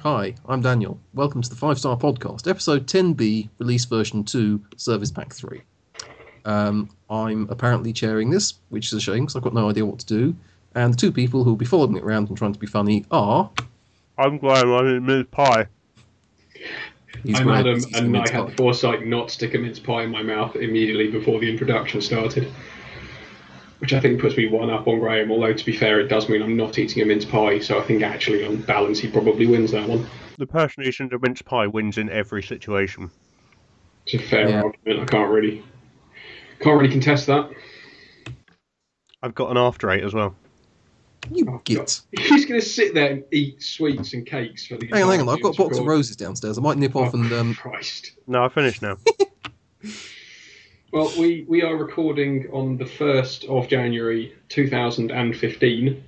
Hi, I'm Daniel. Welcome to the Five Star Podcast, episode 10B, release version 2, service pack 3. Um, I'm apparently chairing this, which is a shame because I've got no idea what to do. And the two people who will be following it around and trying to be funny are. I'm glad I didn't miss pie. he's I'm glad Adam, he's and I convinced had the by- foresight not to stick a mince pie in my mouth immediately before the introduction started, which I think puts me one up on Graham. Although to be fair, it does mean I'm not eating a mince pie, so I think actually on balance he probably wins that one. The person who isn't a mince pie wins in every situation. It's a fair Yeah. argument. I can't really, can't really contest that. I've got an after eight as well. You git. He's going to sit there and eat sweets and cakes for the. Hang on, hang on. entire I've got a team to box of call. roses downstairs. I might nip off and. Oh, Um, Christ. No, I finished now. Well, we, we are recording on the 1st of January 2015.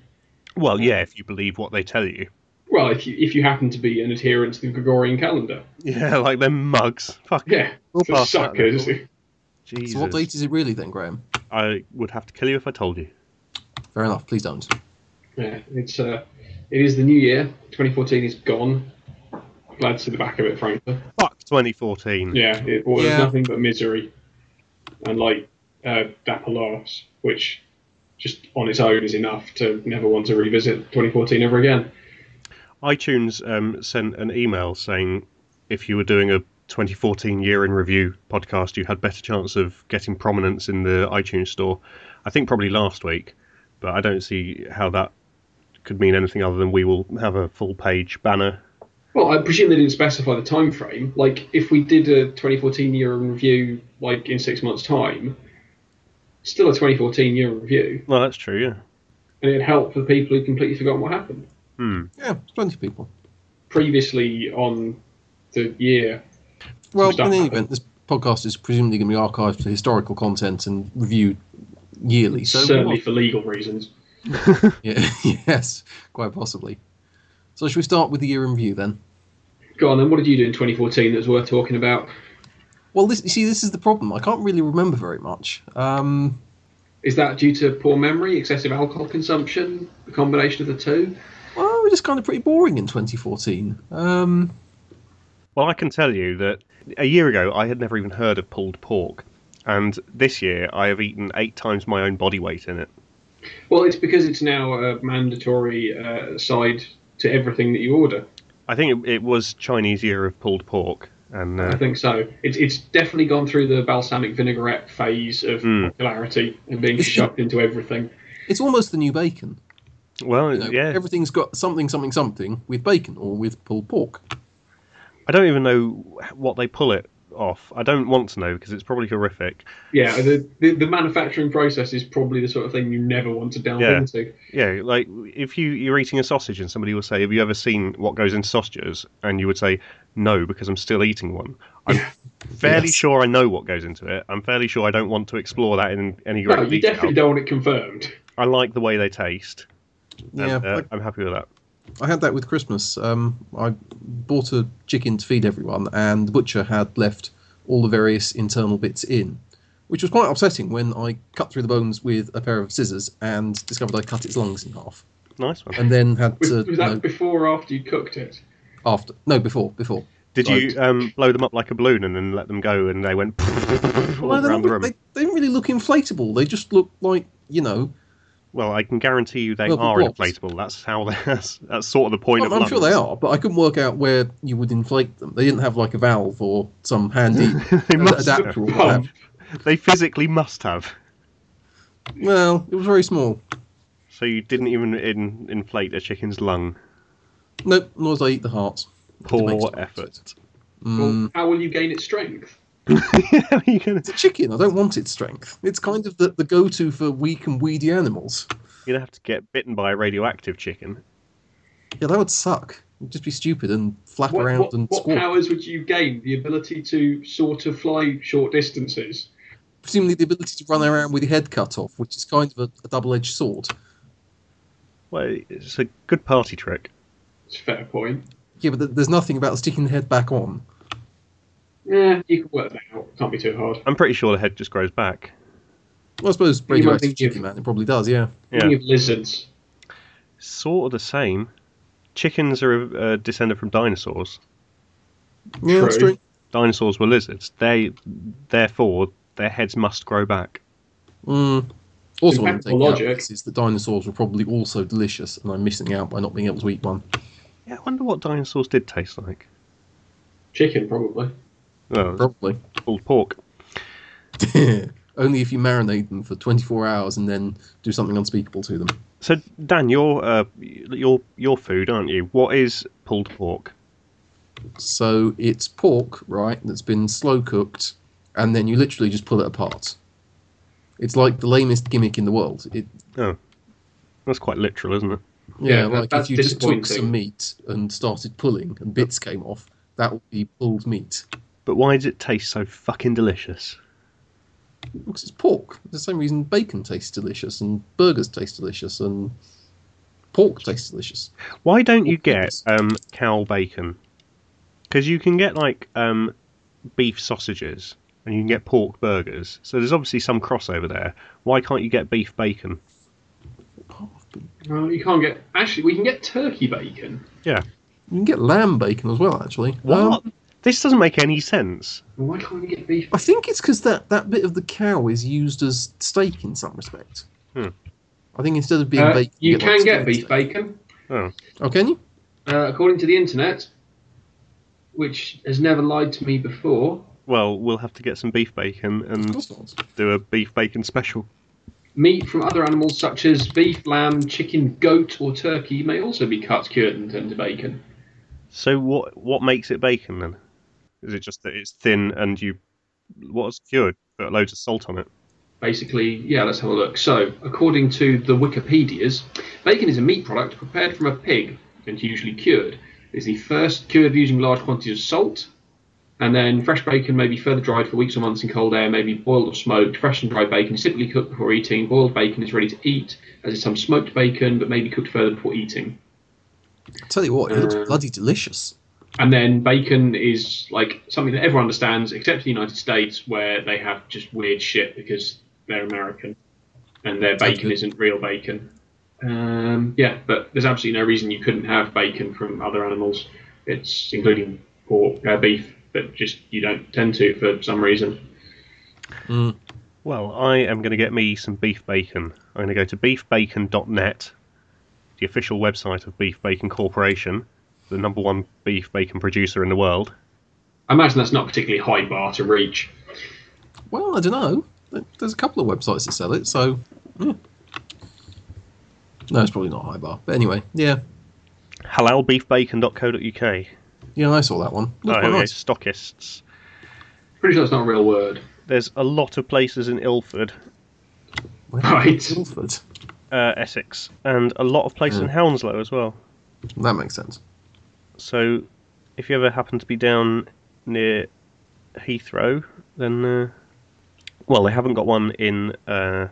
well, yeah, if you believe what they tell you. Well, if you, if you happen to be an adherent to the Gregorian calendar. Yeah, like them mugs. Fuck. Yeah, We'll for pass that suckers. level. Jesus. so, what date is it really then, Graham? I would have to kill you if I told you. Fair enough. Please don't. Yeah, it's uh, it is the new year. 2014 is gone. Glad to see the back of it, frankly. Fuck 2014. Yeah, it was Yeah. nothing but misery. And like uh, Dapper Laughs, which just on its own is enough to never want to revisit 2014 ever again. iTunes um, sent an email saying if you were doing a 2014 year in review podcast, you had better chance of getting prominence in the iTunes store. I think probably last week, but I don't see how that could mean anything other than we will have a full page banner. Well, I presume they didn't specify the time frame. Like, if we did a 2014 year in review, like in six months' time, still a 2014 year in review, Well, that's true, yeah. and it'd help for the people who completely forgot what happened. Hmm. Yeah, plenty of people. Previously on the year, Well, Stuff in any happened. event, this podcast is presumably going to be archived for historical content and reviewed yearly. So certainly for legal reasons. Yeah, yes, quite possibly. So should we start with the year in review then? Go on, then. What did you do in 2014 that's worth talking about? Well, this you see, this is the problem. I can't really remember very much. Um, Is that due to poor memory, excessive alcohol consumption, a combination of the two? well, we're just kind of pretty boring in 2014. Um, Well, I can tell you that a year ago I had never even heard of pulled pork, and this year I have eaten eight times my own body weight in it. Well, it's because it's now a mandatory uh, side to everything that you order. I think it, it was Chinese year of pulled pork, and uh, I think so. It's it's definitely gone through the balsamic vinaigrette phase of Mm. popularity and being shoved into everything. it's almost the new bacon. well, you know. yeah, everything's got something, something, something with bacon or with pulled pork. I don't even know what they pull it off. I don't want to know because it's probably horrific. Yeah, the, the the manufacturing process is probably the sort of thing you never want to delve Yeah. into. Yeah, like if you you're eating a sausage and somebody will say, "Have you ever seen what goes into sausages?" and you would say, "No, because I'm still eating one." I'm fairly Yes. sure I know what goes into it. I'm fairly sure I don't want to explore that in any great No, you detail. definitely don't want it confirmed. I like the way they taste. and, Yeah, uh, like- I'm happy with that. I had that with Christmas. Um, I bought a chicken to feed everyone, and the butcher had left all the various internal bits in, which was quite upsetting when I cut through the bones with a pair of scissors and discovered I cut its lungs in half, Nice one. and then had Was, to was that no, before or after you cooked it? after no before before. Did you um, blow them up like a balloon and then let them go and they went all Well, they, around don't, the room? they, they didn't really look inflatable. They just look like you know. Well, I can guarantee you they Well, are blocks. inflatable. That's how they- that's that's sort of the point I'm, of I'm sure they lungs. are, but I couldn't work out where you would inflate them. They didn't have like a valve or some handy they must have. adapter. Or what have- They physically must have. Well, it was very small. So you didn't even in, inflate a chicken's lung. Nope, nor did I eat the hearts. Mm. makes Poor sense. effort. Well, how will you gain its strength? How are you gonna, It's a chicken. I don't want its strength. It's Hmm. kind of the, the go to for weak and weedy animals. you're gonna have to get bitten by a radioactive chicken. Yeah, that would suck. You'd just be stupid and flap What, around what, and what squawk. powers would you gain? The ability to sort of fly short distances. Presumably, the ability to run around with your head cut off, which is kind of a, a double edged sword. Well, it's a good party trick. It's a fair point. Yeah, but th- there's nothing about sticking the head back on. Yeah, you can work that out. Can't be too hard. I'm pretty sure the head just grows back. Well, I suppose might radioactive think you've- chicken man, it probably does. Yeah, Yeah, Thinking of lizards. sort of the same. chickens are uh, descended from dinosaurs. Yeah, that's True. true. Dinosaurs were lizards. They, therefore, their heads must grow back. Mm. Also, In what I'm fact, the thinking out logic- of this is that dinosaurs were probably also delicious, and I'm missing out by not being able to eat one. Yeah, I wonder what dinosaurs did taste like. Chicken, probably. Well, Probably. Oh, pulled pork. Only if you marinate them for 24 hours and then do something unspeakable to them. So Dan, you're uh, you're you're food, aren't you? What is pulled pork? So it's pork, right, that's been slow cooked, and then you literally just pull it apart. It's like the lamest gimmick in the world. It, That's quite literal, isn't it? yeah, Yeah, that- like that's if you just took disappointing. some meat and started pulling and bits came off, that would be pulled meat. But why does it taste so fucking delicious? Because it's pork. It's the same reason bacon tastes delicious and burgers taste delicious and pork tastes delicious. Why don't you Pork get ribs. um, cow bacon? Because you can get like um, beef sausages and you can get pork burgers. So there's obviously some crossover there. Why can't you get beef bacon? Oh, No, you can't get. Actually, we can get turkey bacon. You can get lamb bacon as well, actually. Um, What? this doesn't make any sense. Why can't we get beef? I think it's because that, that bit of the cow is used as steak in some respect. Hmm. I think instead of being Uh, bacon, you like, can get steak beef steak. bacon, Oh, can you? uh, according to the internet, which has never lied to me before. Well, we'll have to get some beef bacon Of and course not. do a beef bacon special. Meat from other animals such as beef, lamb, chicken, goat, or turkey may also be cut, cured, and turned to bacon. So what what makes it bacon then? Is it just that it's thin and you what's cured? Put loads of salt on it. Basically, yeah, let's have a look. So, according to the Wikipedias, bacon is a meat product prepared from a pig and usually cured. It's the first cured using large quantities of salt, and then fresh bacon may be further dried for weeks or months in cold air, may be boiled or smoked. Fresh and dried bacon is typically cooked before eating. Boiled bacon is ready to eat, as is some smoked bacon, but may be cooked further before eating. I tell you what, it looks Uh, bloody delicious. And then bacon is like something that everyone understands, except for the United States, where they have just weird shit because they're American and their Sounds bacon good. isn't real bacon. Um, yeah, but there's absolutely no reason you couldn't have bacon from other animals. It's including pork, uh, beef, but just you don't tend to for some reason. Mm. Well, I am going to get me some beef bacon. I'm going to go to beefbacon.net, the official website of Beef Bacon Corporation, the number one beef bacon producer in the world. I imagine that's not a particularly high bar to reach. Well, I don't know. There's a couple of websites that sell it, so. yeah. No, it's probably not high bar. But anyway, yeah. Halalbeefbacon.co.uk. Yeah, I saw that one. It looked Oh, here quite we go, nice. stockists. Pretty sure it's not a real word. There's a lot of places in Ilford, Where- Right. Ilford. uh, Essex, and a lot of places in Hounslow as well. That makes sense. So, if you ever happen to be down near Heathrow, then uh, well, they haven't got one in uh,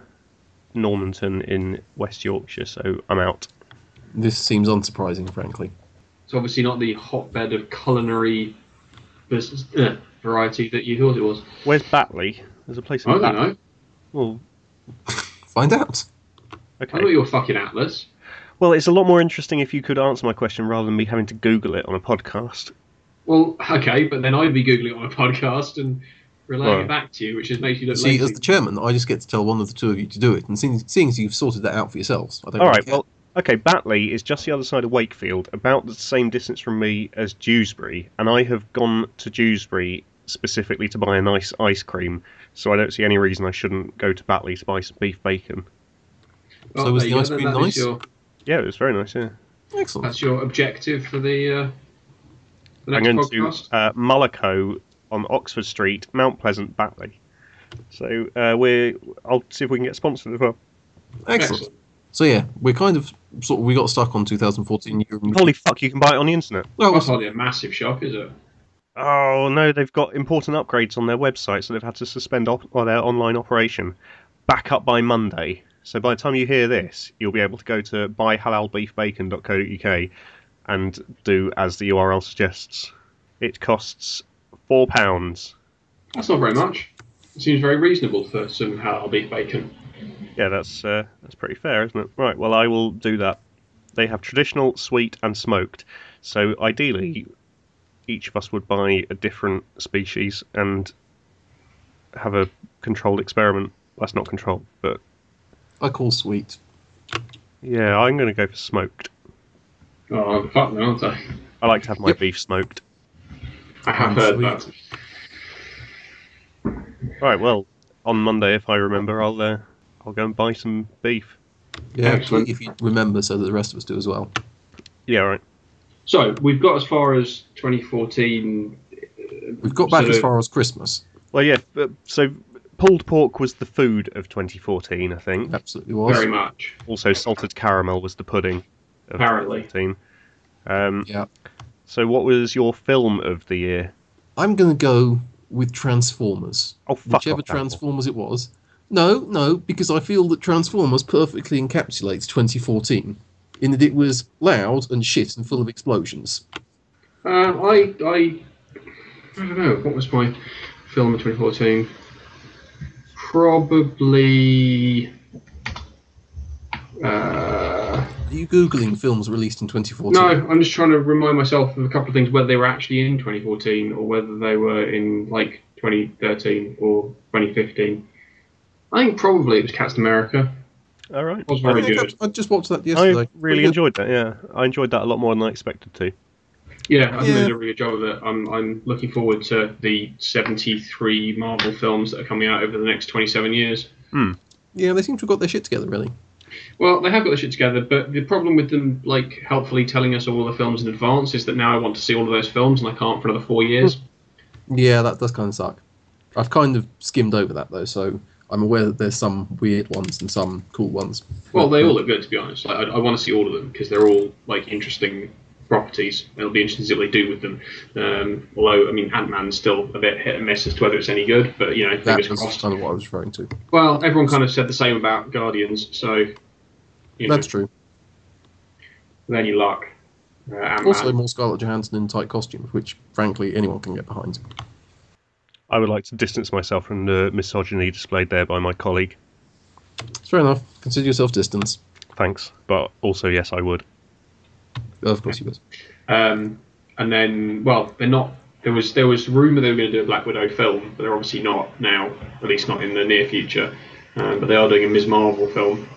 Normanton in West Yorkshire, so I'm out. This seems unsurprising, frankly. It's obviously not the hotbed of culinary vers- uh, variety that you thought it was. Where's Batley? There's a place in I don't Batley. know. Well, Find out. I thought okay. you were fucking Atlas. Well, it's a lot more interesting if you could answer my question rather than me having to Google it on a podcast. Well, okay, but then I'd be googling it on a podcast and relaying Right. it back to you, which just makes you look See, lazy. as the chairman, I just get to tell one of the two of you to do it, and seeing, seeing as you've sorted that out for yourselves, I don't. All really right. care. Well, okay. Batley is just the other side of Wakefield, about the same distance from me as Dewsbury, and I have gone to Dewsbury specifically to buy a nice ice cream. So I don't see any reason I shouldn't go to Batley to buy some beef bacon. Well, so is the there you ice go, then cream that nice? is Your, Yeah, it was very nice. Yeah. excellent. that's your objective for the, uh, the I'm next going podcast. to uh, Mullico on Oxford Street, Mount Pleasant, Batley. So uh, we're. I'll see if we can get sponsored as well. excellent. So yeah, we're kind of sort of we got stuck on 2014. Euro- Holy fuck! You can buy it on the internet. well, That's hardly a massive shock, is it? Oh no, they've got important upgrades on their website, so they've had to suspend op- or their online operation. Back up by Monday. So by the time you hear this, you'll be able to go to buyhalalbeefbacon.co.uk and do as the URL suggests. It costs four pounds. That's not very much. It seems very reasonable for some halal beef bacon. Yeah, that's uh, that's pretty fair, isn't it? Right. Well, I will do that. They have traditional, sweet, and smoked. So ideally, each of us would buy a different species and have a controlled experiment. That's not controlled, but I call sweet. yeah, I'm going to go for smoked. Oh, fuck no, aren't I? I like to have my Yep. beef smoked. I have I'm heard sweet. that. Right. Well, on Monday, if I remember, I'll uh, I'll go and buy some beef. Yeah, Excellent. if you remember, so that the rest of us do as well. Yeah. All right. So we've got as far as 2014. We've got back So- as far as Christmas. Well, yeah. but- So pulled pork was the food of 2014, I think. Absolutely was. Very much. Also, salted caramel was the pudding. Of Apparently. 2014. Um, Yeah. so, what was your film of the year? I'm going to go with Transformers. Oh, fuck whichever off, Apple. Transformers it was. No, no, because I feel that Transformers perfectly encapsulates 2014 in that it was loud and shit and full of explosions. Um, I, I, I don't know. What was my film in 2014? Probably. Uh, Are you googling films released in 2014? no, I'm just trying to remind myself of a couple of things, whether they were actually in 2014 or whether they were in like 2013 or 2015. I think probably it was Cats America. All right. It was I, very think I- good. I just watched that yesterday. I really Pretty good. enjoyed that. Yeah, I enjoyed that a lot more than I expected to. Yeah, I think Yeah. they did a really good job of it. I'm, I'm looking forward to the 73 Marvel films that are coming out over the next 27 years. Yeah, they seem to have got their shit together, really. Well, they have got the shit together, but the problem with them, like, helpfully telling us all the films in advance is that now I want to see all of those films and I can't for another four Hmm. years. Yeah, that does kind of suck. I've kind of skimmed over that, though, so I'm aware that there's some weird ones and some cool ones. Well, Hmm. they all look good, to be honest. Like, I, I want to see all of them because they're all, like, interesting properties. It'll be interesting to see what they do with them. Um, although, I mean, Ant Man's still a bit hit and miss as to whether it's any good, but, you know, That fingers was crossed. kind of what I was referring to. Well, everyone kind of said the same about Guardians, so, you know, That's true. with any luck. Uh, Ant-Man. Also, more Scarlett Johansson in tight costumes, which, frankly, anyone can get behind. I would like to distance myself from the misogyny displayed there by my colleague. It's fair enough. Consider yourself distance. Thanks, but also yes, I would. Of course you would. Um, and then, well, they're not. There was there was rumor they were going to do a Black Widow film, but they're obviously not now. At least not in the near future. Um, but they are doing a Ms. Marvel film,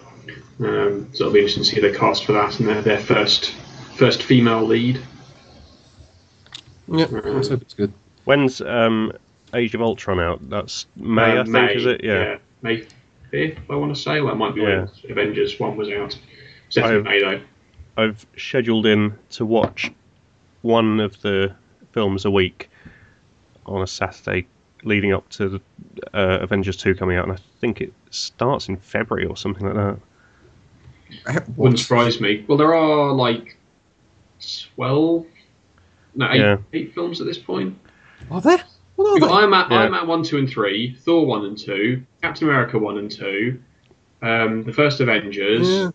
um, so it'll be interesting to see the cast for that and their their first first female lead. Yeah, let's hope it's good. When's um, Age of Ultron out? That's May, Uh, I think, is it? Yeah. May fifth. I want to say. Well, it might be when Avengers one was out. It's definitely I- May though. I've scheduled in to watch one of the films a week on a Saturday leading up to the, uh, Avengers 2 coming out, and I think it starts in February or something like that. Wouldn't surprise me. Well, there are like twelve, no, eight, Yeah. eight films at this point. Are there? We've What got are Iron Man, Yeah. Iron Man 1, 2, and 3, Thor 1 and 2, Captain America 1 and 2, um, the first they? Avengers. Yeah.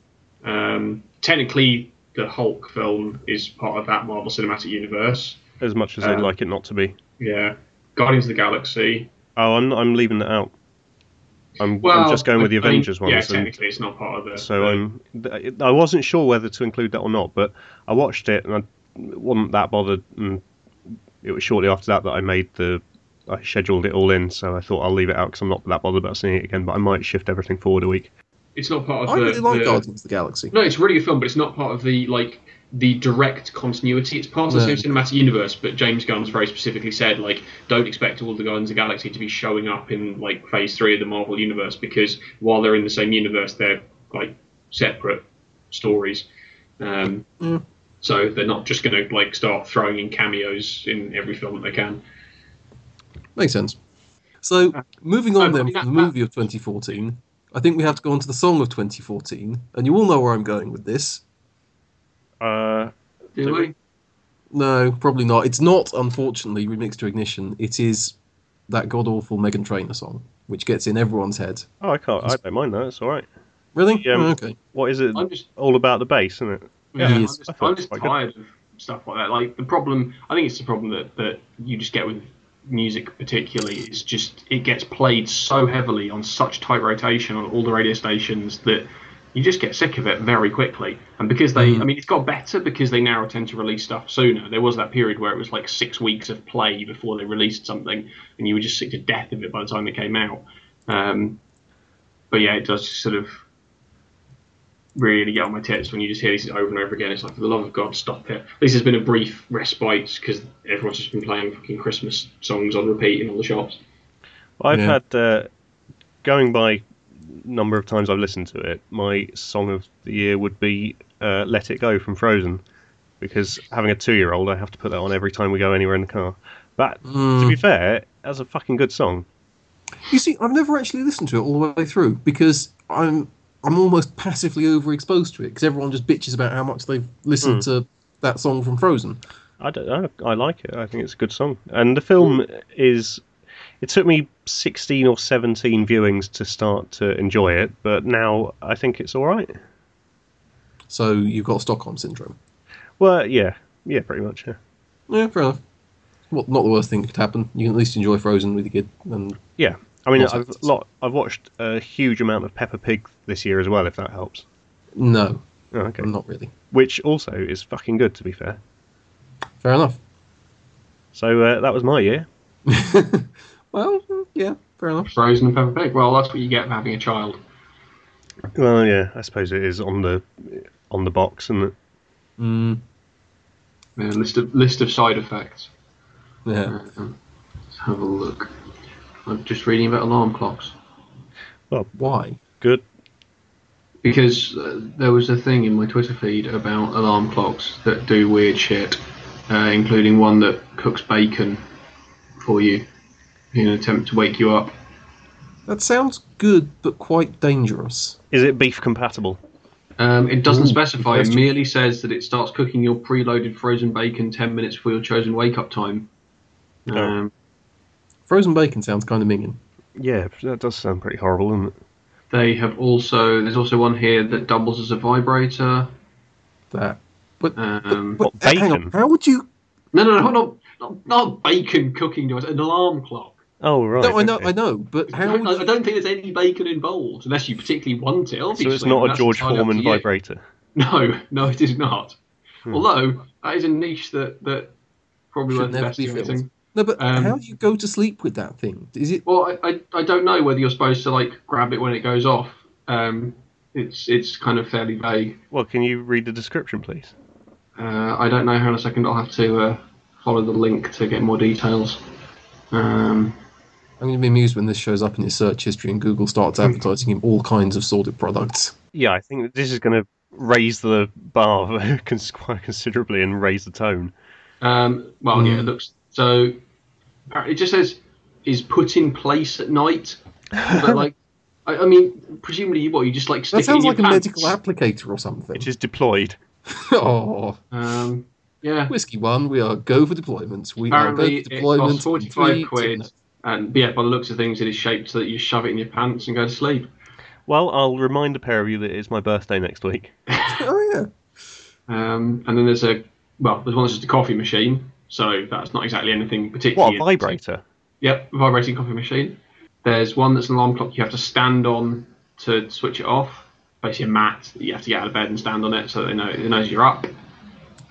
Um, technically, the Hulk film is part of that Marvel Cinematic Universe. As much as Um, I'd like it not to be. Yeah. Guardians of the Galaxy. Oh, I'm, I'm leaving that out. I'm, Well, I'm just going with the I- I mean, Avengers Yeah, ones. and- technically, it's not part of the. So I'm. th- I wasn't sure whether to include that or not, but I watched it and I wasn't that bothered. And it was shortly after that that I made the. I scheduled it all in, so I thought I'll leave it out because I'm not that bothered about seeing it again. But I might shift everything forward a week. it's not part of I the. really like the- Guardians of the Galaxy. No, it's a really good film, but it's not part of the like the direct continuity. It's part of the No. same cinematic universe, but James Gunn's very specifically said like don't expect all the Guardians of the Galaxy to be showing up in like Phase Three of the Marvel universe because while they're in the same universe, they're like separate stories. Um, Yeah. So they're not just going to like start throwing in cameos in every film that they can. Makes sense. So, moving on Oh, then yeah, from the that- movie of 2014, I think we have to go on to the song of 2014, and you all know where I'm going with this. Uh, Do Do we? No, probably not. It's not, unfortunately, Remix to Ignition. It is that god awful Megan Trainor song, which gets in everyone's head. oh, I can't. I don't mind that. It's all right. Really? Yeah. Oh, okay. What is it? I'm just all about the bass, isn't it? Yeah, I'm Yes, just, I thought I'm it was just quite good. tired of stuff like that. Like the problem, I think it's the problem that, that you just get with music, particularly, is just it gets played so heavily on such tight rotation on all the radio stations that you just get sick of it very quickly. And because they, I mean, it's got better because they now tend to release stuff sooner. There was that period where it was like six weeks of play before they released something, and you were just sick to death of it by the time it came out. Um, but yeah, it does sort of really get on my tits when you just hear this over and over again. It's like, for the love of God, stop it. This has been a brief respite because everyone's just been playing fucking Christmas songs on repeat in all the shops. I've Yeah. had uh, going by number of times I've listened to it. My song of the year would be uh, "Let It Go" from Frozen, because having a two-year-old, I have to put that on every time we go anywhere in the car. But to be fair, that's a fucking good song. You see, I've never actually listened to it all the way through because I'm I'm almost passively overexposed to it because everyone just bitches about how much they've listened Hmm. to that song from Frozen. I don't know. I like it. I think it's a good song. And the film is. It took me 16 or 17 viewings to start to enjoy it, but now I think it's all right. So you've got Stockholm syndrome. Well, yeah, yeah, pretty much. Yeah, Yeah, fair enough. Well, not the worst thing that could happen. You can at least enjoy Frozen with your kid. And yeah. I mean, Lots of I've it. lot, I've watched a huge amount of Peppa Pig this year as well. If that helps. no, Oh, okay. not really. Which also is fucking good, to be fair. Fair enough. So uh, that was my year. Well, yeah, fair enough. Frozen and Peppa Pig. Well, that's what you get for having a child. Well, yeah, I suppose it is on the on the box, and Mm, Yeah, Uh, list of list of side effects. yeah. Um, let's have a look. I'm just reading about alarm clocks Why? good. because uh, there was a thing in my Twitter feed about alarm clocks that do weird shit, uh, including one that cooks bacon for you in an attempt to wake you up. That sounds good, but quite dangerous. Is it beef compatible? Um, it doesn't Ooh, specify. It question. merely says that it starts cooking your preloaded frozen bacon ten minutes before your chosen wake up time. Um, Oh. Frozen bacon sounds kind of minging. Yeah, that does sound pretty horrible, doesn't it? They have also. There's also one here that doubles as a vibrator. That. But, Um, but What, hang on, bacon? how would you No, no, no, not, not, not bacon cooking device, an alarm clock. Oh right. No, I know, okay. I know, but I, how? I Would, don't think there's any bacon involved, unless you particularly want it, obviously. So it's not a That's George entirely up to Foreman Hmm. you. vibrator. No, no, it is not. Although, that is a niche that, that probably Should won't never invest be in filled. anything. no, but um, how do you go to sleep with that thing? Is it? Well, I, I, I don't know whether you're supposed to, like, grab it when it goes off. Um, it's, it's kind of fairly vague. Well, can you read the description, please? Uh, I don't know how in a second I'll have to uh, follow the link to get more details. Um, I'm going to be amused when this shows up in his search history and Google starts Hmm. advertising him all kinds of sordid products. Yeah, I think that this is going to raise the bar cons- quite considerably and raise the tone. Um, well, Hmm. yeah, it looks so. It just says is put in place at night, but like, I, I mean, presumably, you- what you just like stick That it in sounds your like a pants. medical applicator or something. It is deployed. oh, Um, yeah, whiskey one, we are go for deployments. We apparently are go for it costs deployments. in forty-five three- quid, and yeah, by the looks of things, it is shaped so that you shove it in your pants and go to sleep. Well, I'll remind the pair of you that it's my birthday next week. Oh yeah. Um, and then there's a well, there's one that's just a coffee machine, so that's not exactly anything What particularly. a vibrator! Yep, vibrating coffee machine. There's one that's an alarm clock you have to stand on to switch it off. Basically, a mat that you have to get out of bed and stand on it so they know it knows you're up.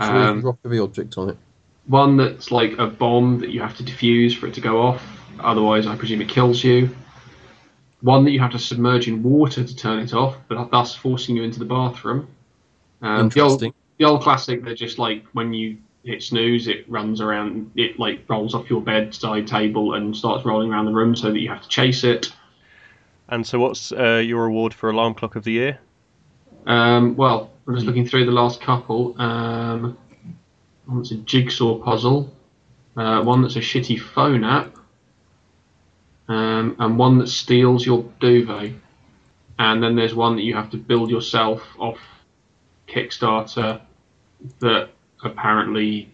So we can Um, drop every object on it. one that's like a bomb that you have to defuse for it to go off. Otherwise, I presume it kills you. One that you have to submerge in water to turn it off, but thus forcing you into the bathroom. Um, the old- Interesting. the old classic they're just like when you hit snooze it runs around it like rolls off your bedside table and starts rolling around the room so that you have to chase it And so, what's uh, your award for alarm clock of the year? um, well i'm just looking through the last couple um, one's a jigsaw puzzle uh, one that's a shitty phone app um, and one that steals your duvet and then there's one that you have to build yourself off kickstarter that apparently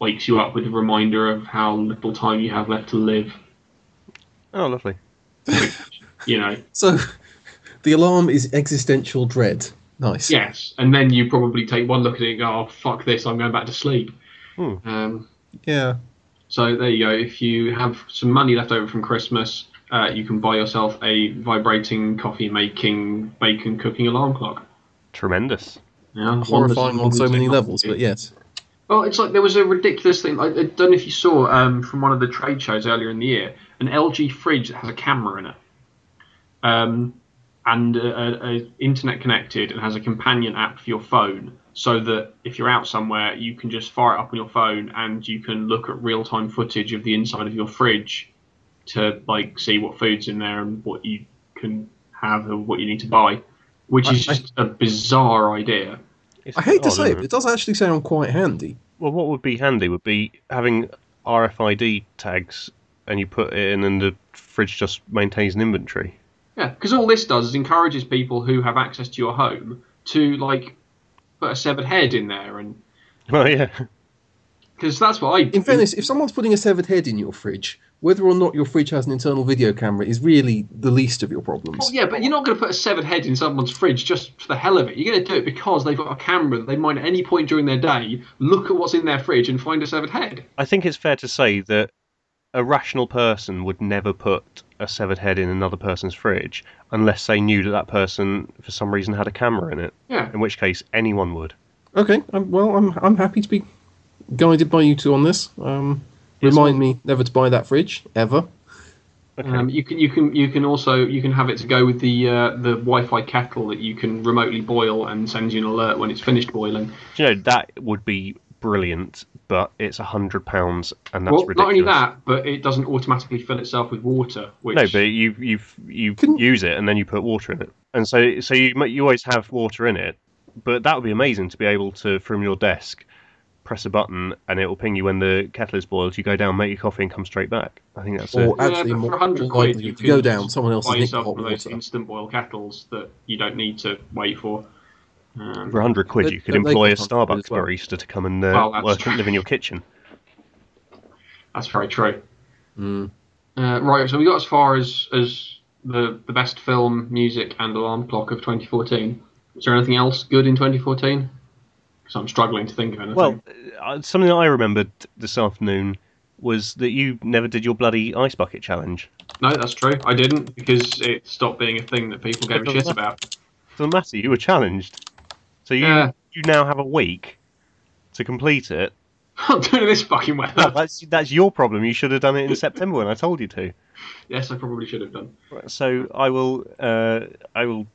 wakes you up with a reminder of how little time you have left to live. Oh, lovely. You know, So, the alarm is existential dread. Nice. yes. And then you probably take one look at it and go, oh, fuck this, I'm going back to sleep. Hmm. Um, Yeah. so there you go. If you have some money left over from Christmas uh, you can buy yourself a vibrating coffee making bacon cooking alarm clock. Tremendous. Yeah, Horrifying on so many levels, but yeah. yes. Well, Oh, it's like there was a ridiculous thing. I, I don't know if you saw um, from one of the trade shows earlier in the year an LG fridge that has a camera in it, um, and a, a, a internet connected and has a companion app for your phone, so that if you're out somewhere, you can just fire it up on your phone and you can look at real time footage of the inside of your fridge to like see what food's in there and what you can have and what you need to buy, which is I- I- just a bizarre idea. It's I hate to Oh, odd, say it, isn't but it does actually sound quite handy. Well, what would be handy would be having RFID tags, and you put it in, and the fridge just maintains an inventory. Yeah, because all this does is encourages people who have access to your home to like put a severed head in there, and Well, Oh, yeah, because that's what I. do. In fairness, if someone's putting a severed head in your fridge, whether or not your fridge has an internal video camera is really the least of your Well, problems. yeah, but you're not going to put a severed head in someone's fridge just for the hell of it. You're going to do it because they've got a camera that they might at any point during their day look at what's in their fridge and find a severed head. I think it's fair to say that a rational person would never put a severed head in another person's fridge unless they knew that that person, for some reason, had a camera in it. Yeah. In which case, anyone would. Okay, um, well, I'm I'm happy to be guided by you two on this. Um, Yes, remind me never to buy that fridge ever. Okay. Um, you can you can you can also you can have it to go with the uh, the Wi-Fi kettle that you can remotely boil and sends you an alert when it's finished boiling. Do you know that would be brilliant, but it's a hundred pounds, and that's well, ridiculous. not only that, but it doesn't automatically fill itself with water. Which No, but you you you Couldn't- use it and then you put water in it, and so so you ma- you always have water in it. But that would be amazing to be able to from your desk press a button and it will ping you when the kettle is boiled. You go down, make your coffee, and come straight back. I think that's Or it. Yeah, actually, but for more 100 quid, likely you to go could down someone else's buy nick yourself hot one of those water. instant boil kettles that you don't need to wait for. Um, For a hundred quid, They- you could they make employ a it on food Starbucks as well. barista to come and uh, Well, that's work true. live in your kitchen. that's very true. Mm. Uh, right, so we got as far as as the the best film, music, and alarm clock of 2014. Is there anything else good in 2014? Because I'm struggling to think of anything. Well, uh, something that I remembered this afternoon was that you never did your bloody ice bucket challenge. no, that's true. I didn't because it stopped being a thing that people gave a shit about. Doesn't matter. You were challenged, so you Yeah. you now have a week to complete it. I'm doing this fucking Well, weather. that's that's your problem. You should have done it in September when I told you to. yes, I probably should have done. So I will uh, I will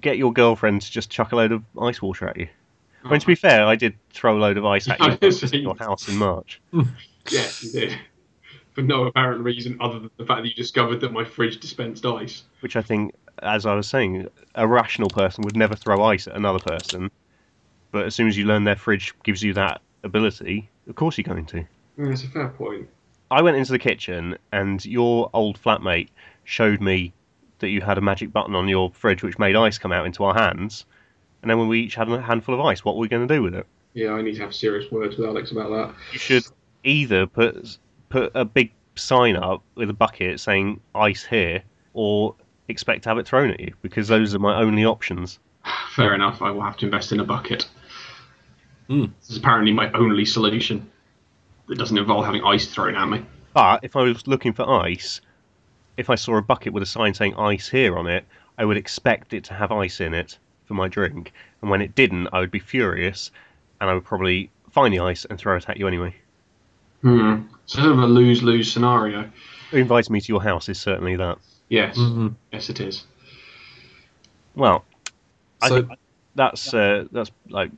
get your girlfriend to just chuck a load of ice water at you. I mean, to be fair, I did throw a load of ice at you at your house in March. Yes, you did. For no apparent reason other than the fact that you discovered that my fridge dispensed ice. which I think, as I was saying, a rational person would never throw ice at another person. But as soon as you learn their fridge gives you that ability, of course you're going to. Yeah, Mm, that's a fair point. I went into the kitchen and your old flatmate showed me that you had a magic button on your fridge which made ice come out into our hands. And then when we each had a handful of ice, what were we going to do with it? Yeah, I need to have serious words with Alex about that. You should either put put a big sign up with a bucket saying ice here or expect to have it thrown at you because those are my only options. Fair enough, I will have to invest in a bucket. Hmm. This is apparently my only solution that doesn't involve having ice thrown at me. But if I was looking for ice, if I saw a bucket with a sign saying ice here on it, I would expect it to have ice in it for my drink. And when it didn't, I would be furious and I would probably find the ice and throw it at you anyway. Hmm. So sort of a lose lose scenario. Who invited me to your house is certainly that. Yes, Hmm. Mhm. yes, it is. Well, I So- think that's, uh, that's like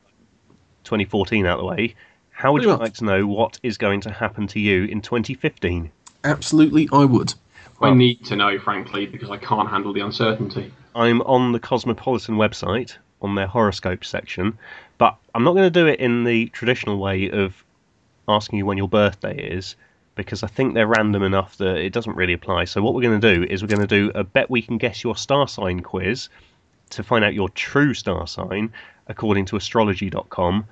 2014 out of the way. How would Pretty you much. like to know what is going to happen to you in 2015? Absolutely, I would. Well- I need to know, frankly, because I can't handle the uncertainty. I'm on the Cosmopolitan website on their horoscope section, but I'm not going to do it in the traditional way of asking you when your birthday is because I think they're random enough that it doesn't really apply. So what we're going to do is we're going to do a bet we can guess your star sign quiz to find out your true star sign according to astrology.com.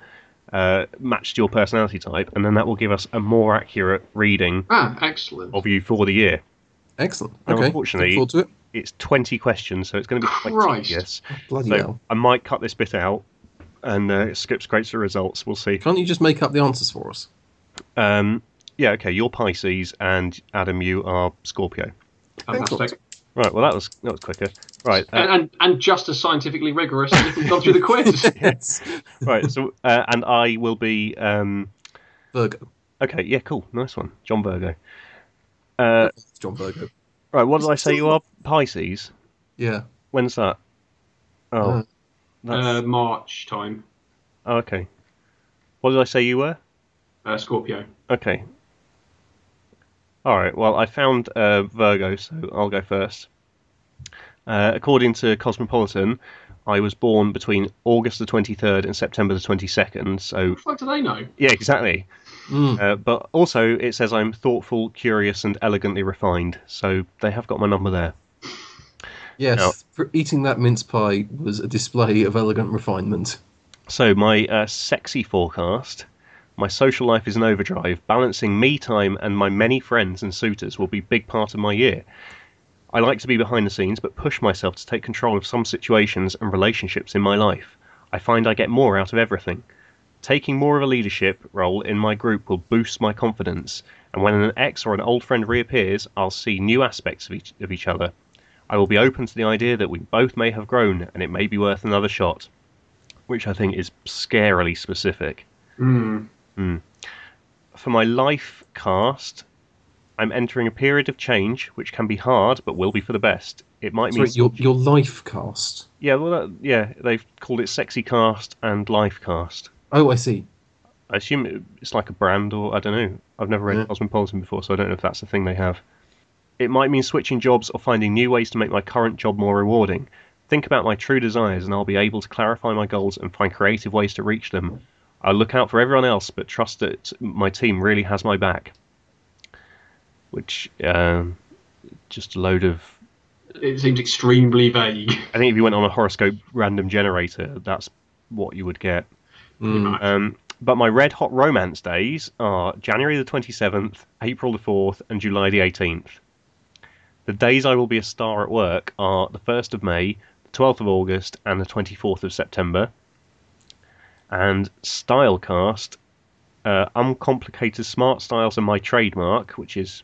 Uh, matched to your personality type, and then that will give us a more accurate reading Ah, excellent. of you for the year. Excellent. Now, Okay. unfortunately- Look forward to It's 20 questions, so it's going to be quite Christ. tedious. it. Bloody So hell! I might cut this bit out and uh, skip scrapes the results. We'll see. Can't you just make up the answers for us? Um, yeah, okay. You're Pisces and Adam, you are Scorpio. Thanks, Fantastic. Right. Well, that was that was quicker. Right. uh, and, and and just as scientifically rigorous as if we've gone through the quiz. Yes. right. So, uh, and I will be. Um, Virgo. okay. Yeah. Cool. Nice one, John Virgo. Uh, It's John Virgo. right. What did I say? You are Pisces. Yeah. When's that? Oh. Uh, that's, uh, March time, oh, okay. What did I say you were? uh, Scorpio. Okay. All right. Well, I found uh, Virgo, so I'll go first. Uh, according to Cosmopolitan, I was born between August the 23rd and September the 22nd. So What the fuck do they know? yeah, exactly. Mm. Uh, but also, it says I'm thoughtful, curious, and elegantly refined. So they have got my number there. Yes. No. For eating that mince pie was a display of elegant refinement. So my uh, sexy forecast. My social life is an overdrive. Balancing me time and my many friends and suitors will be a big part of my year. I like to be behind the scenes, but push myself to take control of some situations and relationships in my life. I find I get more out of everything. Taking more of a leadership role in my group will boost my confidence, and when an ex or an old friend reappears, I'll see new aspects of each, of each other. I will be open to the idea that we both may have grown, and it may be worth another shot which I think is scarily specific. Hmm. Mm. For my life cast, I'm entering a period of change, which can be hard, but will be for the best. It might mean, Sorry, your your life cast. yeah, well, that, yeah, they've called it sexy cast and life cast. Oh, I see. I assume it- it's like a brand, or I don't know. I've never read Yeah. Cosmopolitan before, so I don't know if that's the thing they have. It might mean switching jobs or finding new ways to make my current job more rewarding. Think about my true desires, and I'll be able to clarify my goals and find creative ways to reach them. I'll look out for everyone else, but trust that my team really has my back. Which, um, just a load of. It seems extremely vague. I think if you went on a horoscope random generator, that's what you would get. pretty Mm. much. Um, but my red hot romance days are January the 27th, April the 4th, and July the 18th. The days I will be a star at work are the 1st of May, the 12th of August, and the 24th of September. And Stylecast, uh, uncomplicated smart styles are my trademark, which is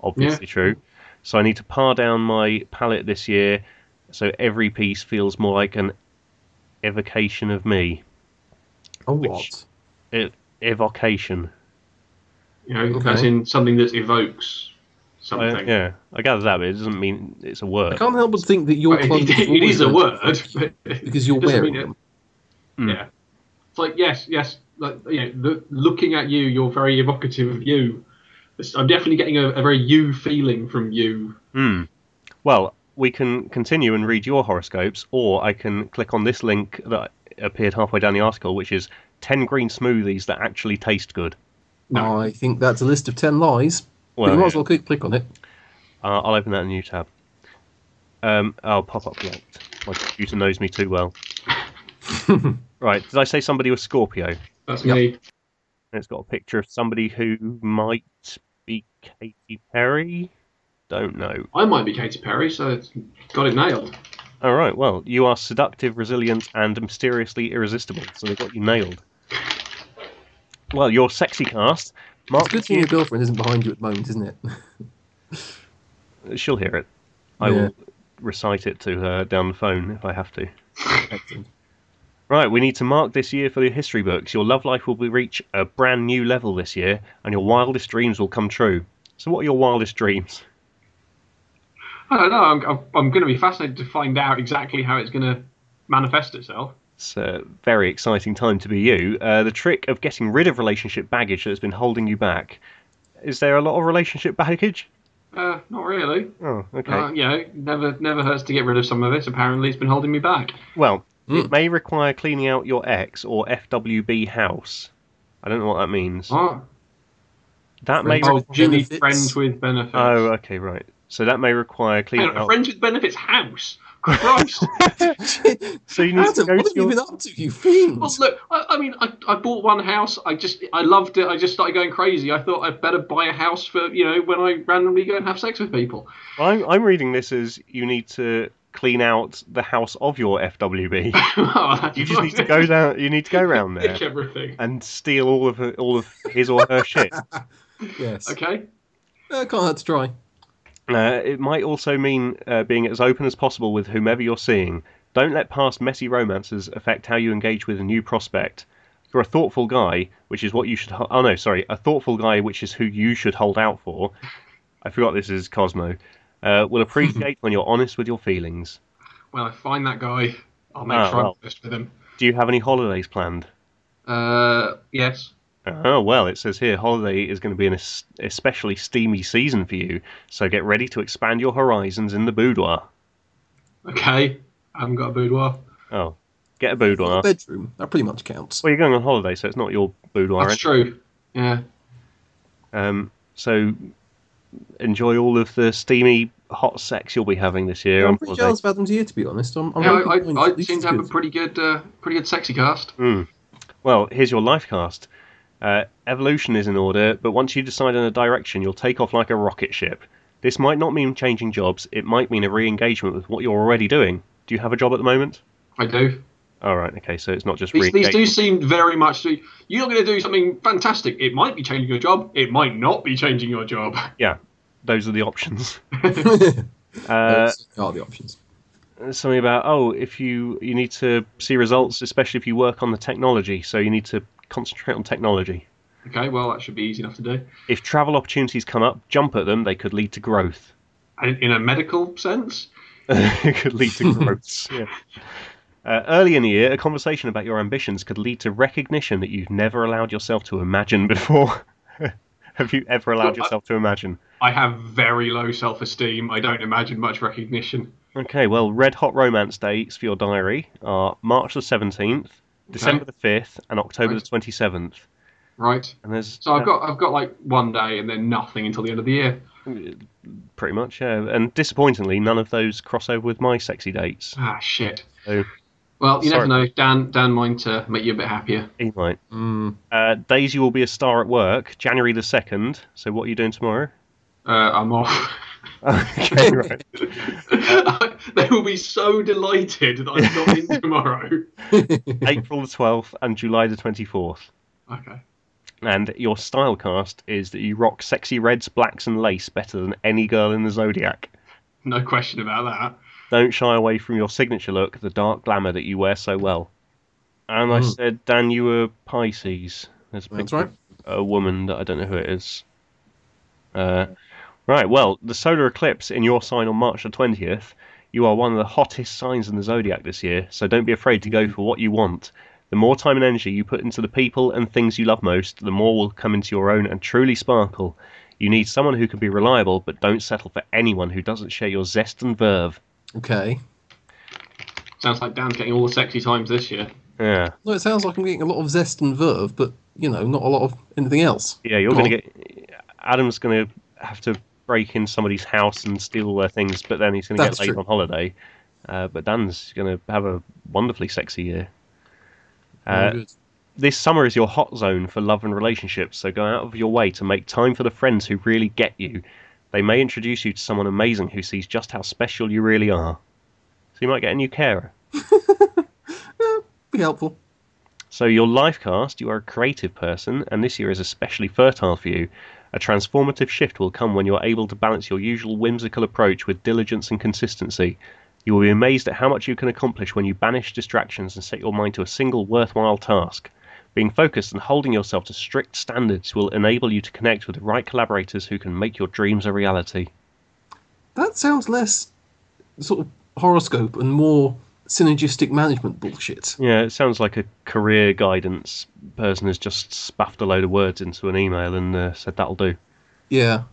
obviously true. So I need to par down my palette this year so every piece feels more like an evocation of me A which- Oh, what? ev- evocation. you know, okay. as in something that evokes I- something. yeah, I gather that, but it doesn't mean it's a I word. can't help but think that your Well, clothes it- have it- it always is a been word, funky but because you're doesn't mean wearing it- them. Mm. yeah. It's like yes, yes, like you know, the, looking at you, you're very evocative of you. It's- I'm definitely getting a, a very you feeling from you. Hmm. Well, we can continue and read your horoscopes, or I can click on this link that appered halfway down the article, which is 10 green smoothies that actually taste good. No. I think that's a list of ten lies. Well, you might as yeah. well click, click on it. Uh, I'll open that in a new tab. Um, I'll pop up blocked. My computer knows me too well. right, did I say somebody was Scorpio? That's Yep. me. And it's got a picture of somebody who might be Katy Perry? Don't know. I might be Katy Perry, so it's got it nailed. All right. Well, you are seductive, resilient, and mysteriously irresistible. So they've got you nailed. Well, your sexy cast. It's Mark, good thing your girlfriend isn't behind you at the moment, isn't it? she'll hear it. I Yeah. will recite it to her down the phone if I have to. Excellent. Right, we need to mark this year for the history books. Your love life will be reach a brand new level this year, and your wildest dreams will come true. So, what are your wildest dreams? I don't know. I'm, I'm, I'm going to be fascinated to find out exactly how it's going to manifest itself. It's a very exciting time to be you. Uh, the trick of getting rid of relationship baggage that's been holding you back. Is there a lot of relationship baggage? Uh, not really. Oh, okay. Uh, you know, never never hurts to get rid of some of it. Apparently, it's been holding me back. well, it Mm. may require cleaning out your ex or FWB house. I don't know what that means. Oh, That may. Friends Re- oh Jimmy, benefits. friends with benefits. oh, okay, right. So that may require Hang cleaning on, out. friends with benefits house. Christ. So you need to Adam, go what have to you your. been up to, you fiend? Well, look, I, I mean, I, I bought one house. I just, I loved it. I just started going crazy. I thought I'd better buy a house for, you know, when I randomly go and have sex with people. I'm, I'm reading this as you need to clean out the house of your FWB. You just need to go down. You need to go round there Pick everything. and steal all of her, all of his or her shit. yes. Okay. Uh, can't hurt to try. Uh, it might also mean uh, being as open as possible with whomever you're seeing. Don't let past messy romances affect how you engage with a new prospect. You're a thoughtful guy, which is what you should. Ho- oh no, sorry, a thoughtful guy, which is who you should hold out for. I forgot this is Cosmo. Uh, will appreciate when you're honest with your feelings. When I find that guy, I'll make Ah, sure well. I'm honest with him. Do you have any holidays planned? Uh, yes. Oh, well, it says here holiday is going to be an es- especially steamy season for you, so get ready to expand your horizons in the boudoir. Okay. I haven't got a boudoir. Oh, get a boudoir. Well, Bedroom. That pretty much counts. you're going on holiday, so it's not your boudoir. That's true. Yeah. Um, so enjoy all of the steamy, hot sex you'll be having this year I'm on pretty holiday. jealous of Adam G, to be honest. I'm, I'm Yeah, really I, convinced I, I that this seem is to have a good. pretty good, uh, pretty good sexy cast. Well, here's your life cast. Uh, evolution is in order, but once you decide on a direction, you'll take off like a rocket ship. This might not mean changing jobs, it might mean a re engagement with what you're already doing. Do you have a job at the moment? I do. All right, okay, so it's not just re These, these do engagement. seem very much to. You're going to do something fantastic. It might be changing your job. It might not be changing your job. Yeah, those are the options. Uh, Uh, are the options. something about oh, if you you need to see results, especially if you work on the technology, so you need to concentrate on technology. Okay. Well, that should be easy enough to do. If travel opportunities come up, jump at them. They could lead to growth. And in a medical sense, it could lead to growths. yeah. Uh, early in the year, a conversation about your ambitions could lead to recognition that you've never allowed yourself to imagine before. Have you ever allowed Well, I- yourself to imagine? I have very low self-esteem. I don't imagine much recognition. Okay, well, red hot romance dates for your diary are March the 17th, December the 5th, and October Right. the 27th. Right. And there's So I've uh, got I've got like one day and then nothing until the end of the year. pretty much, yeah. And disappointingly, none of those cross over with my sexy dates. Ah, shit. So Well, you Sorry. never know. Dan Dan might uh, make you a bit happier. he might. Mm, Uh, days you will be a star at work, January the 2nd. So what are you doing tomorrow? Uh, I'm off. okay, right. they will be so delighted that I'm not in tomorrow. April the 12th and July the 24th. Okay. And your style cast is that you rock sexy reds, blacks, and lace better than any girl in the zodiac. No question about that. Don't shy away from your signature look, the dark glamour that you wear so well. And I Mm. said, Dan, you were Pisces. There's a that's picture right. of a woman that I don't know who it is. Uh, right, well, the solar eclipse in your sign on March the 20th. You are one of the hottest signs in the zodiac this year, so don't be afraid to go for what you want. The more time and energy you put into the people and things you love most, the more will come into your own and truly sparkle. You need someone who can be reliable, but don't settle for anyone who doesn't share your zest and verve. Okay. Sounds like Dan's getting all the sexy times this year. Yeah, No, it sounds like I'm getting a lot of zest and verve, but you know, not a lot of anything else. yeah, you're Go gonna get. Adam's gonna have to break in somebody's house and steal all their things, but then he's gonna That's get late true. on holiday. Uh, but Dan's gonna have a wonderfully sexy year. Uh, Very good. this summer is your hot zone for love and relationships, so go out of your way to make time for the friends who really get you. They may introduce you to someone amazing who sees just how special you really are. So you might get a new carer. Be helpful. So your life cast, you are a creative person, and this year is especially fertile for you. A transformative shift will come when you're able to balance your usual whimsical approach with diligence and consistency. You will be amazed at how much you can accomplish when you banish distractions and set your mind to a single worthwhile task. Being focused and holding yourself to strict standards will enable you to connect with the right collaborators who can make your dreams a reality. That sounds less sort of horoscope and more synergistic management bullshit. Yeah, it sounds like a career guidance person has just spaffed a load of words into an email and uh, said that'll do. Yeah.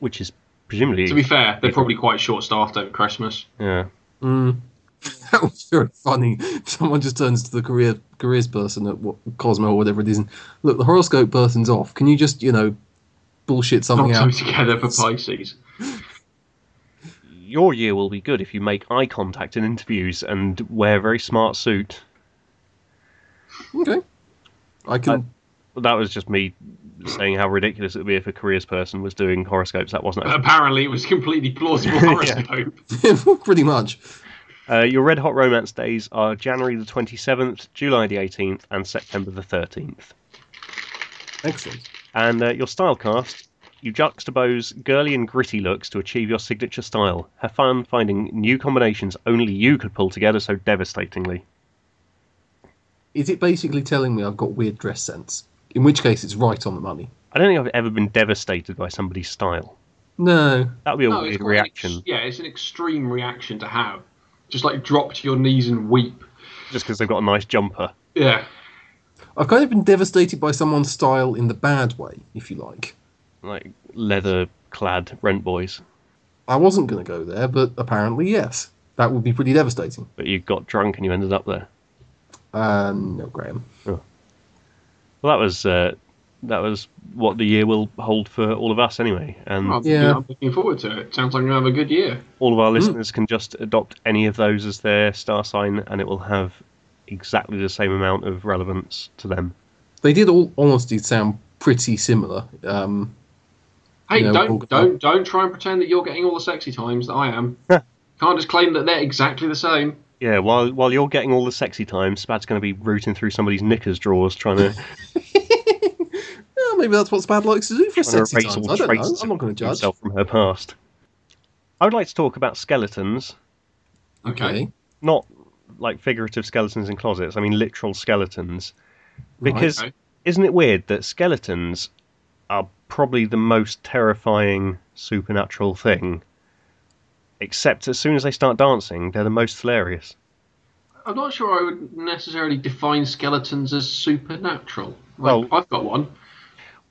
which is presumably To be fair, they're probably quite short-staffed over Christmas. yeah. Mm. That was very funny. Someone just turns to the career careers person at what, Cosmo or whatever it is, and look, the horoscope person's off. Can you just you know bullshit Not something so out? together for Pisces. Your year will be good if you make eye contact in interviews and wear a very smart suit. Okay. I can. That was just me saying how ridiculous it would be if a careers person was doing horoscopes. That wasn't. But Actually. apparently, it was completely plausible horoscope. pretty much. Uh, your red hot romance days are January the twenty seventh, July the eighteenth, and September the thirteenth. Excellent. And uh, your style cast, You juxtapose girly and gritty looks to achieve your signature style. Have fun finding new combinations only you could pull together so devastatingly. Is it basically telling me I've got weird dress sense? In which case, it's right on the money. I don't think I've ever been devastated by somebody's style. No, That would be a No, it's weird quite an ex- reaction. yeah, it's an extreme reaction to have. Just like drop to your knees and weep. Just because they've got a nice jumper. Yeah. I've kind of been devastated by someone's style in the bad way, if you like. Like leather clad rent boys. I wasn't going to go there, but apparently, yes. That would be pretty devastating. But you got drunk and you ended up there. Uh, no, Graham. Well, that was uh, that was what the year will hold for all of us anyway, and I'm, Yeah. I'm looking forward to it. Sounds like I'm going to have a good year. all of our Mm. listeners can just adopt any of those as their star sign, and it will have exactly the same amount of relevance to them. They did all honestly sound pretty similar. Um, Hey, Yeah, don't we'll- don't don't try and pretend that you're getting all the sexy times that I am. Can't just claim that they're exactly the same. Yeah, while while you're getting all the sexy time, Spad's going to be rooting through somebody's knickers drawers trying to yeah, maybe that's what Spad likes to do for trying to sexy erase times. all I don't know. traces I'm not going of to judge. herself from her past. I would like to talk about skeletons, Okay. Okay. not like figurative skeletons in closets. I mean literal skeletons, Right. because Okay. isn't it weird that skeletons are probably the most terrifying supernatural thing? Except as soon as they start dancing, they're the most hilarious. I'm not sure I would necessarily define skeletons as supernatural. Like, Well- I've got one.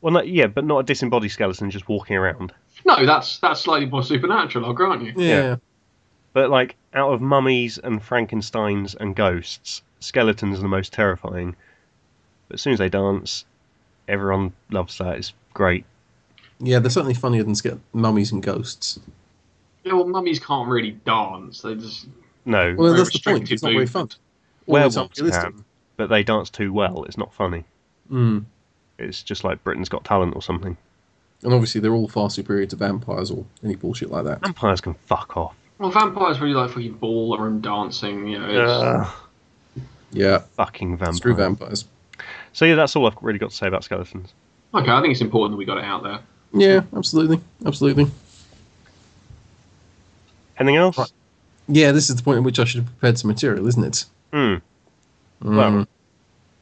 Well, no, yeah, but not a disembodied skeleton just walking around. No, that's that's slightly more supernatural. I'll grant you. Yeah. Yeah. But like out of mummies and Frankenstein's and ghosts, skeletons are the most terrifying. But as soon as they dance, everyone loves that. It's great. Yeah, they're certainly funnier than sca- mummies and ghosts. Yeah, well, mummies can't really dance. They just No, Well, Very that's the point. It's restricted not very movement. fun. Or it's werewolves unrealistic. can, but they dance too well. It's not funny. Mm. It's just like Britain's Got Talent or something. And obviously, they're all far superior to vampires or any bullshit like that. Vampires can fuck off. well, vampires really like fucking ballroom dancing. You know, it's, Yeah, fucking vampires. screw vampires. So yeah, that's all I've really got to say about skeletons. okay. I think it's important that we got it out there. Yeah, absolutely, absolutely. Anything else? Right. Yeah, this is the point at which I should have prepared some material, isn't it? Hmm. Mm. Well,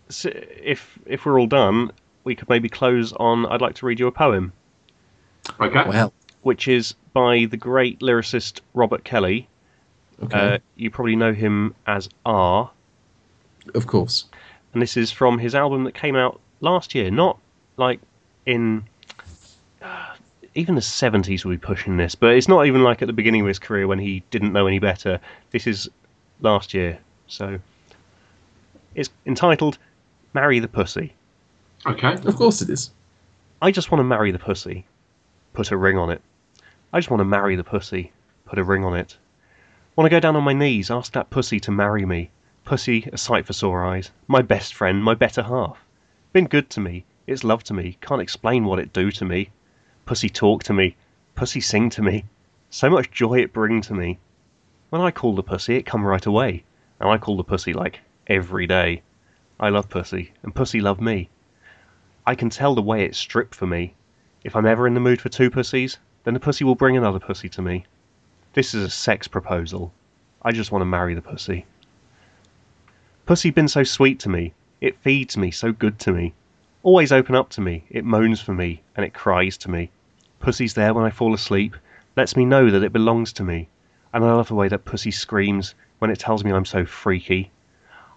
So if if we're all done, we could maybe close on. I'd like to read you a poem, Okay. Mm, well, which is by the great lyricist Robert Kelly. okay, Uh, you probably know him as R, of course. and this is from his album that came out last year. Not like in uh, even the seventies would be pushing this, but it's not even like at the beginning of his career when he didn't know any better. This is last year, so it's entitled "Marry the Pussy." okay. Of course, it is. I just want to marry the pussy. Put a ring on it. I just want to marry the pussy. Put a ring on it. Want to go down on my knees, ask that pussy to marry me. Pussy, a sight for sore eyes. My best friend, my better half. Been good to me. It's love to me. Can't explain what it do to me. Pussy talk to me. Pussy sing to me. So much joy it bring to me. When I call the pussy, it come right away. And I call the pussy like every day. I love pussy, and pussy love me. I can tell the way it's stripped for me. If I'm ever in the mood for two pussies, then the pussy will bring another pussy to me. This is a sex proposal. I just want to marry the pussy. Pussy been so sweet to me. It feeds me so good to me. Always open up to me. It moans for me and it cries to me. Pussy's there when I fall asleep. Lets me know that it belongs to me. And I love the way that pussy screams when it tells me I'm so freaky.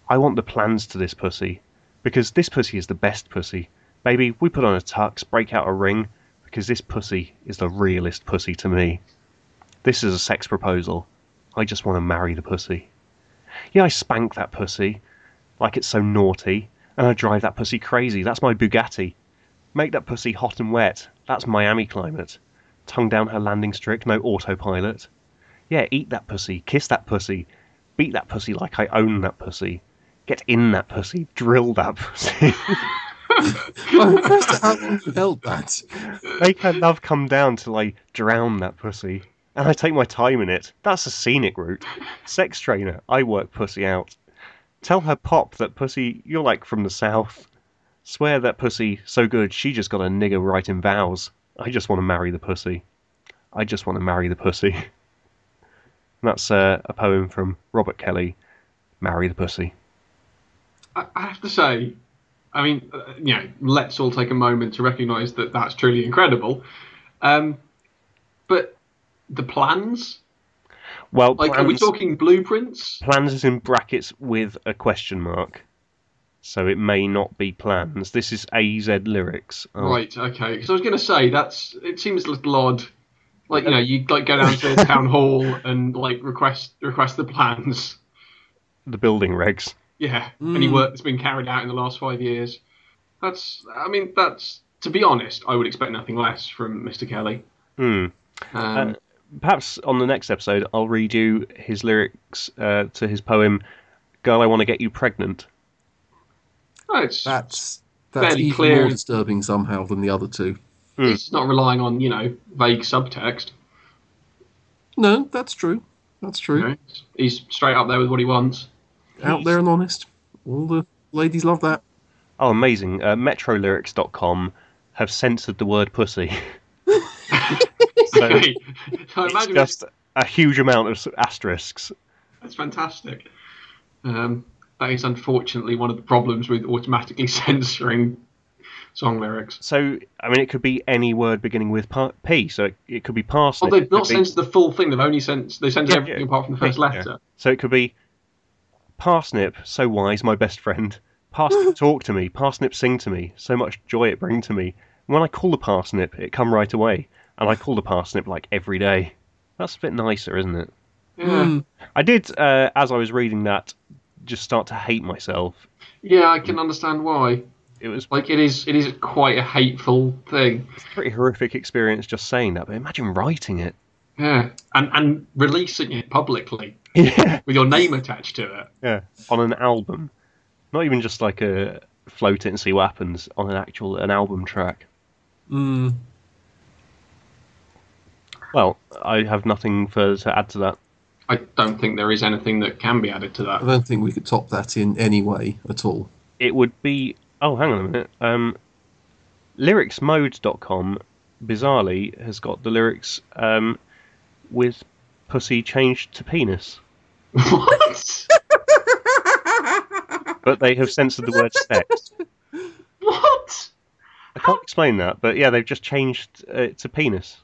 I want the plans to this pussy because this pussy is the best pussy. Baby, we put on a tux, break out a ring, because this pussy is the realest pussy to me. This is a sex proposal. I just want to marry the pussy. Yeah, I spank that pussy, like it's so naughty, and I drive that pussy crazy. That's my Bugatti. Make that pussy hot and wet. That's Miami climate. Tongue down her landing strip, no autopilot. Yeah, eat that pussy, kiss that pussy, beat that pussy like I own that pussy. Get in that pussy, drill that pussy. I'm impressed at how long you held that. Make her love come down till I drown that pussy. And I take my time in it. That's a scenic route. Sex trainer, I work pussy out. Tell her pop that pussy, you're like from the south. Swear that pussy, so good, she just got a nigger right in vows. I just want to marry the pussy. I just want to marry the pussy. And that's uh, a poem from Robert Kelly, Marry the Pussy. I I have to say, I mean, uh, you know, let's all take a moment to recognise that that's truly incredible. Um, but the plans, Well, like, are we plans, talking blueprints? plans is in brackets with a question mark. So it may not be plans. This is AZ lyrics. Oh, Right. Okay. Because I was going to say that's it seems a little odd. Like you know, you like go down to the town hall and like request request the plans. The building regs. Yeah, any Mm. work that's been carried out in the last five years. That's, I mean, that's, to be honest, I would expect nothing less from Mr. Kelly. Hmm. Um, perhaps on the next episode, I'll read you his lyrics uh, to his poem, "Girl, I Want to Get You Pregnant." no, it's, That's that's Fairly even clear. more disturbing somehow than the other two. it's Hmm. not relying on, you know, vague subtext. No, that's true. That's true. you Hmm. know. He's straight up there with what he wants. Out there and honest. All the ladies love that. Oh, amazing! Uh, MetroLyrics.com have censored the word "pussy," so Okay. so I it's imagine just a huge amount of s- asterisks. that's fantastic. Um, that is unfortunately one of the problems with automatically censoring song lyrics. So, I mean, it could be any word beginning with pa- P. So it, it could be parsnip. Well, they've it could not be- censored the full thing. They've only censored they censored Yeah, everything yeah. apart from the first Yeah. letter. So it could be parsnip, so wise, my best friend. Parsnip, talk to me. Parsnip, sing to me. So much joy it bring to me. And when I call the parsnip, it come right away. And I call the parsnip like every day. That's a bit nicer, isn't it? Yeah. Hmm. I did, uh, as I was reading that, just start to hate myself. yeah, I can understand why. It was Like it is, it is quite a hateful thing. a pretty horrific experience just saying that, but imagine writing it. Yeah, and and releasing it publicly Yeah. with your name attached to it. yeah. On an album. Not even just like a float it and see what happens on an actual an album track. Hmm. Well, I have nothing further to add to that. I don't think there is anything that can be added to I that. don't think we could top that in any way at all. It would be oh, hang on a minute. Um, lyricsmode.com bizarrely has got the lyrics um, with pussy changed to penis, what? but they have censored the word sex. What? I can't explain that, but yeah, they've just changed uh, it to penis.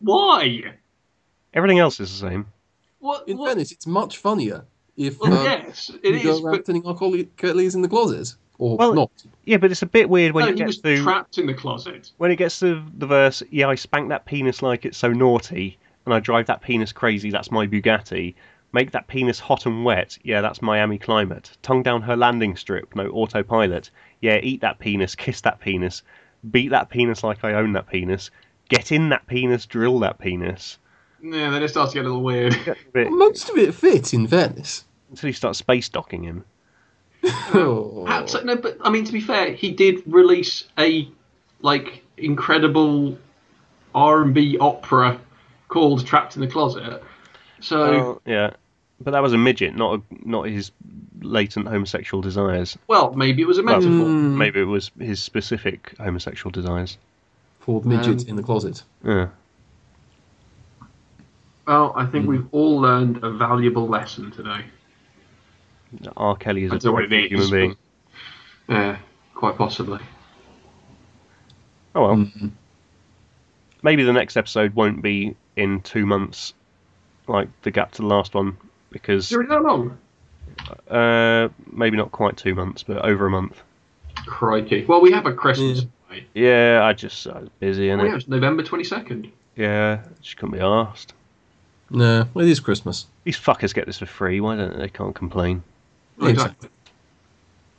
Why? Everything else is the same. What? In what? fairness, it's much funnier if Well, um, yes, you it go is. around But putting our colli- Kellys in the closet or Well, not. Yeah, but it's a bit weird when no, it he gets was to trapped in the closet. when it gets to the verse. Yeah, I spank that penis like it's so naughty, and I drive that penis crazy. That's my Bugatti. Make that penis hot and wet. Yeah, that's Miami climate. Tongue down her landing strip. No autopilot. Yeah, eat that penis. Kiss that penis. Beat that penis like I own that penis. Get in that penis. Drill that penis. Yeah, then it starts to get a little weird. But Most of it fit, in fairness. until you start space docking him. Oh. Absolutely. No, but I mean, to be fair, he did release a like incredible R and B opera called "Trapped in the Closet." So, yeah, but that was a midget, not a, not his latent homosexual desires. well, maybe it was a Well, metaphor. Hmm. Maybe it was his specific homosexual desires. Poor midget Um, in the closet. Yeah. Well, I think we've all learned a valuable lesson today. R. Kelly is I a don't know what it is. human being. Yeah, quite possibly. Oh well. Mhm. Maybe the next episode won't be in two months, like the gap to the last one, because Is it that long? uh, maybe not quite two months, but over a month. Crikey. Well, we have a Christmas. party. Yeah, I just I was busy and Oh, yeah, it. it's November twenty second. Yeah, just couldn't be asked. No, well, it is Christmas. These fuckers get this for free. Why don't they? Can't complain. Exactly.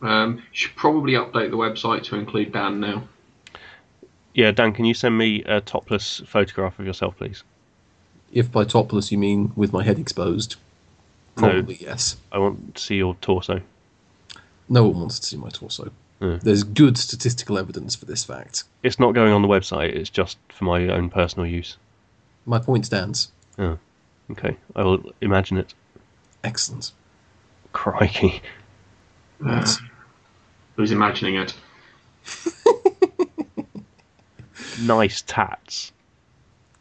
Um, should probably update the website to include Dan now. Yeah, Dan, can you send me a topless photograph of yourself, please? If by topless you mean with my head exposed, No. probably yes. I want to see your torso. No one wants to see my torso. Yeah. There's good statistical evidence for this fact. It's not going on the website. It's just for my own personal use. My point stands. Okay, I will imagine it. Excellent. Crikey. Uh, Yes. who's imagining it? nice tats.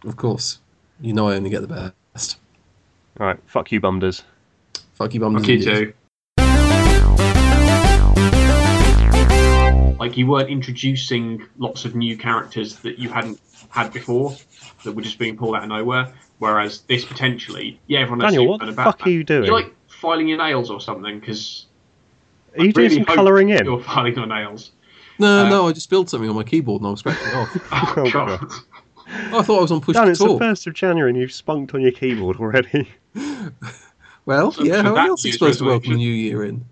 Of course. You know I only get the best. All right, fuck you, bumders. Fuck you, Mm, bums. Fuck and you idiots. too. Like you weren't introducing lots of new characters that you hadn't had before, that were just being pulled out of nowhere. Whereas this potentially, yeah, everyone knows Daniel, you've what done the about fuck that. are you doing? You're like filing your nails or something because Are you doing really some hope colouring in? you're filing your nails. No, Uh, no, I just spilled something on my keyboard and I was scratching it off. Oh, Oh, God. I thought I was on push Dan, to it's the talk. first of January and you've spunked on your keyboard already. Well, So- yeah, so how that else are you is supposed to welcome the new resolution. year in?